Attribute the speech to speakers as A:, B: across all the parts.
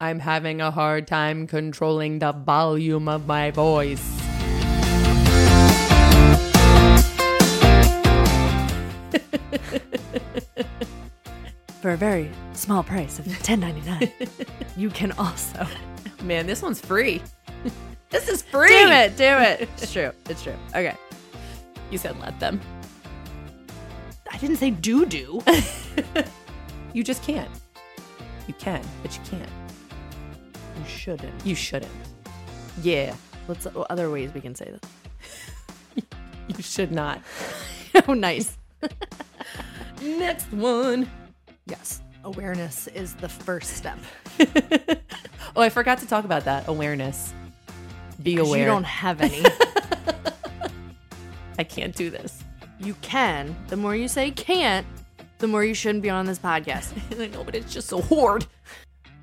A: I'm having a hard time controlling the volume of my voice.
B: for a very small price of ten ninety nine. you can also
A: Man, this one's free. this is free.
B: damn it, damn it. It's true. It's true. Okay,
A: You said let them.
B: I didn't say doo doo.
A: You just can't. You can, but you can't.
B: you shouldn't.
A: You shouldn't.
B: Yeah. Let's oh, other ways we can say this.
A: You should not.
B: oh, nice.
A: Next one.
B: Yes. Awareness is the first step.
A: Oh, I forgot to talk about that. Awareness. Be
B: 'Cause
A: aware.
B: You don't have any.
A: I can't do this.
B: you can. The more you say can't, the more you shouldn't be on this podcast.
A: I know, but it's just so hard.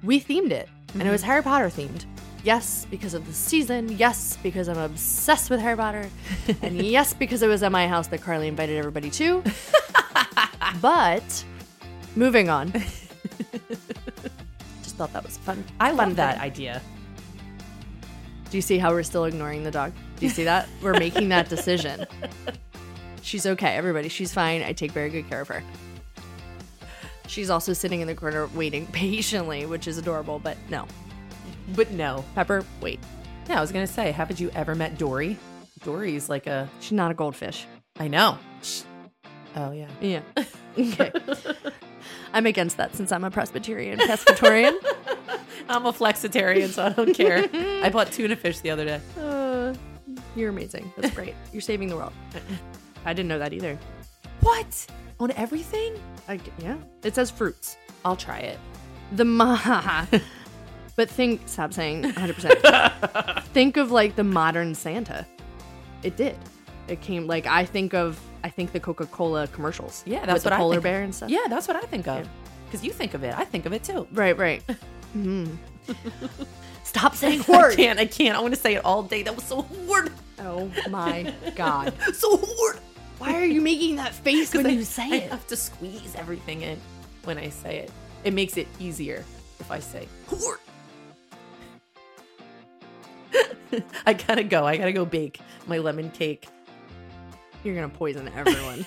B: We themed it, and it was Harry Potter themed. Yes, because of the season. Yes, because I'm obsessed with Harry Potter. and yes, because it was at my house that Carly invited everybody to. but moving on. Just thought that was fun.
A: I
B: Fun
A: love that
B: fact.
A: idea.
B: Do you see how we're still ignoring the dog? Do you see that? We're making that decision. She's okay, everybody. She's fine. I take very good care of her. She's also sitting in the corner waiting patiently, which is adorable, but no.
A: But no.
B: Pepper, wait.
A: Yeah, I was going to say, haven't you ever met Dory? Dory's like a.
B: She's not a goldfish.
A: I know. Sh- Oh, yeah.
B: Yeah. Okay. I'm against that since I'm a Presbyterian Presbyterian.
A: I'm a flexitarian, so I don't care. I bought tuna fish the other day.
B: uh, you're amazing. That's great. You're saving the world. I didn't know that either.
A: What? On everything?
B: I g yeah. It says fruits.
A: I'll try it.
B: The ma. but think, stop saying 100%. think of like the modern Santa. It did. It came like I think of I think the Coca Cola commercials.
A: Yeah, that's
B: with the
A: what I
B: polar
A: think.
B: bear and stuff.
A: Yeah, that's what I think of. Because you think of it. I think of it too.
B: Right, right. mm. Stop saying
A: I
B: word.
A: can't. I can't. I want to say it all day. That was so hard.
B: Oh my god.
A: So hard.
B: Why are you making that face when
A: I-
B: you say
A: I
B: it?
A: have to squeeze everything in when I say it. It makes it easier if I say hort. I gotta go. I gotta go bake my lemon cake.
B: You're gonna poison everyone.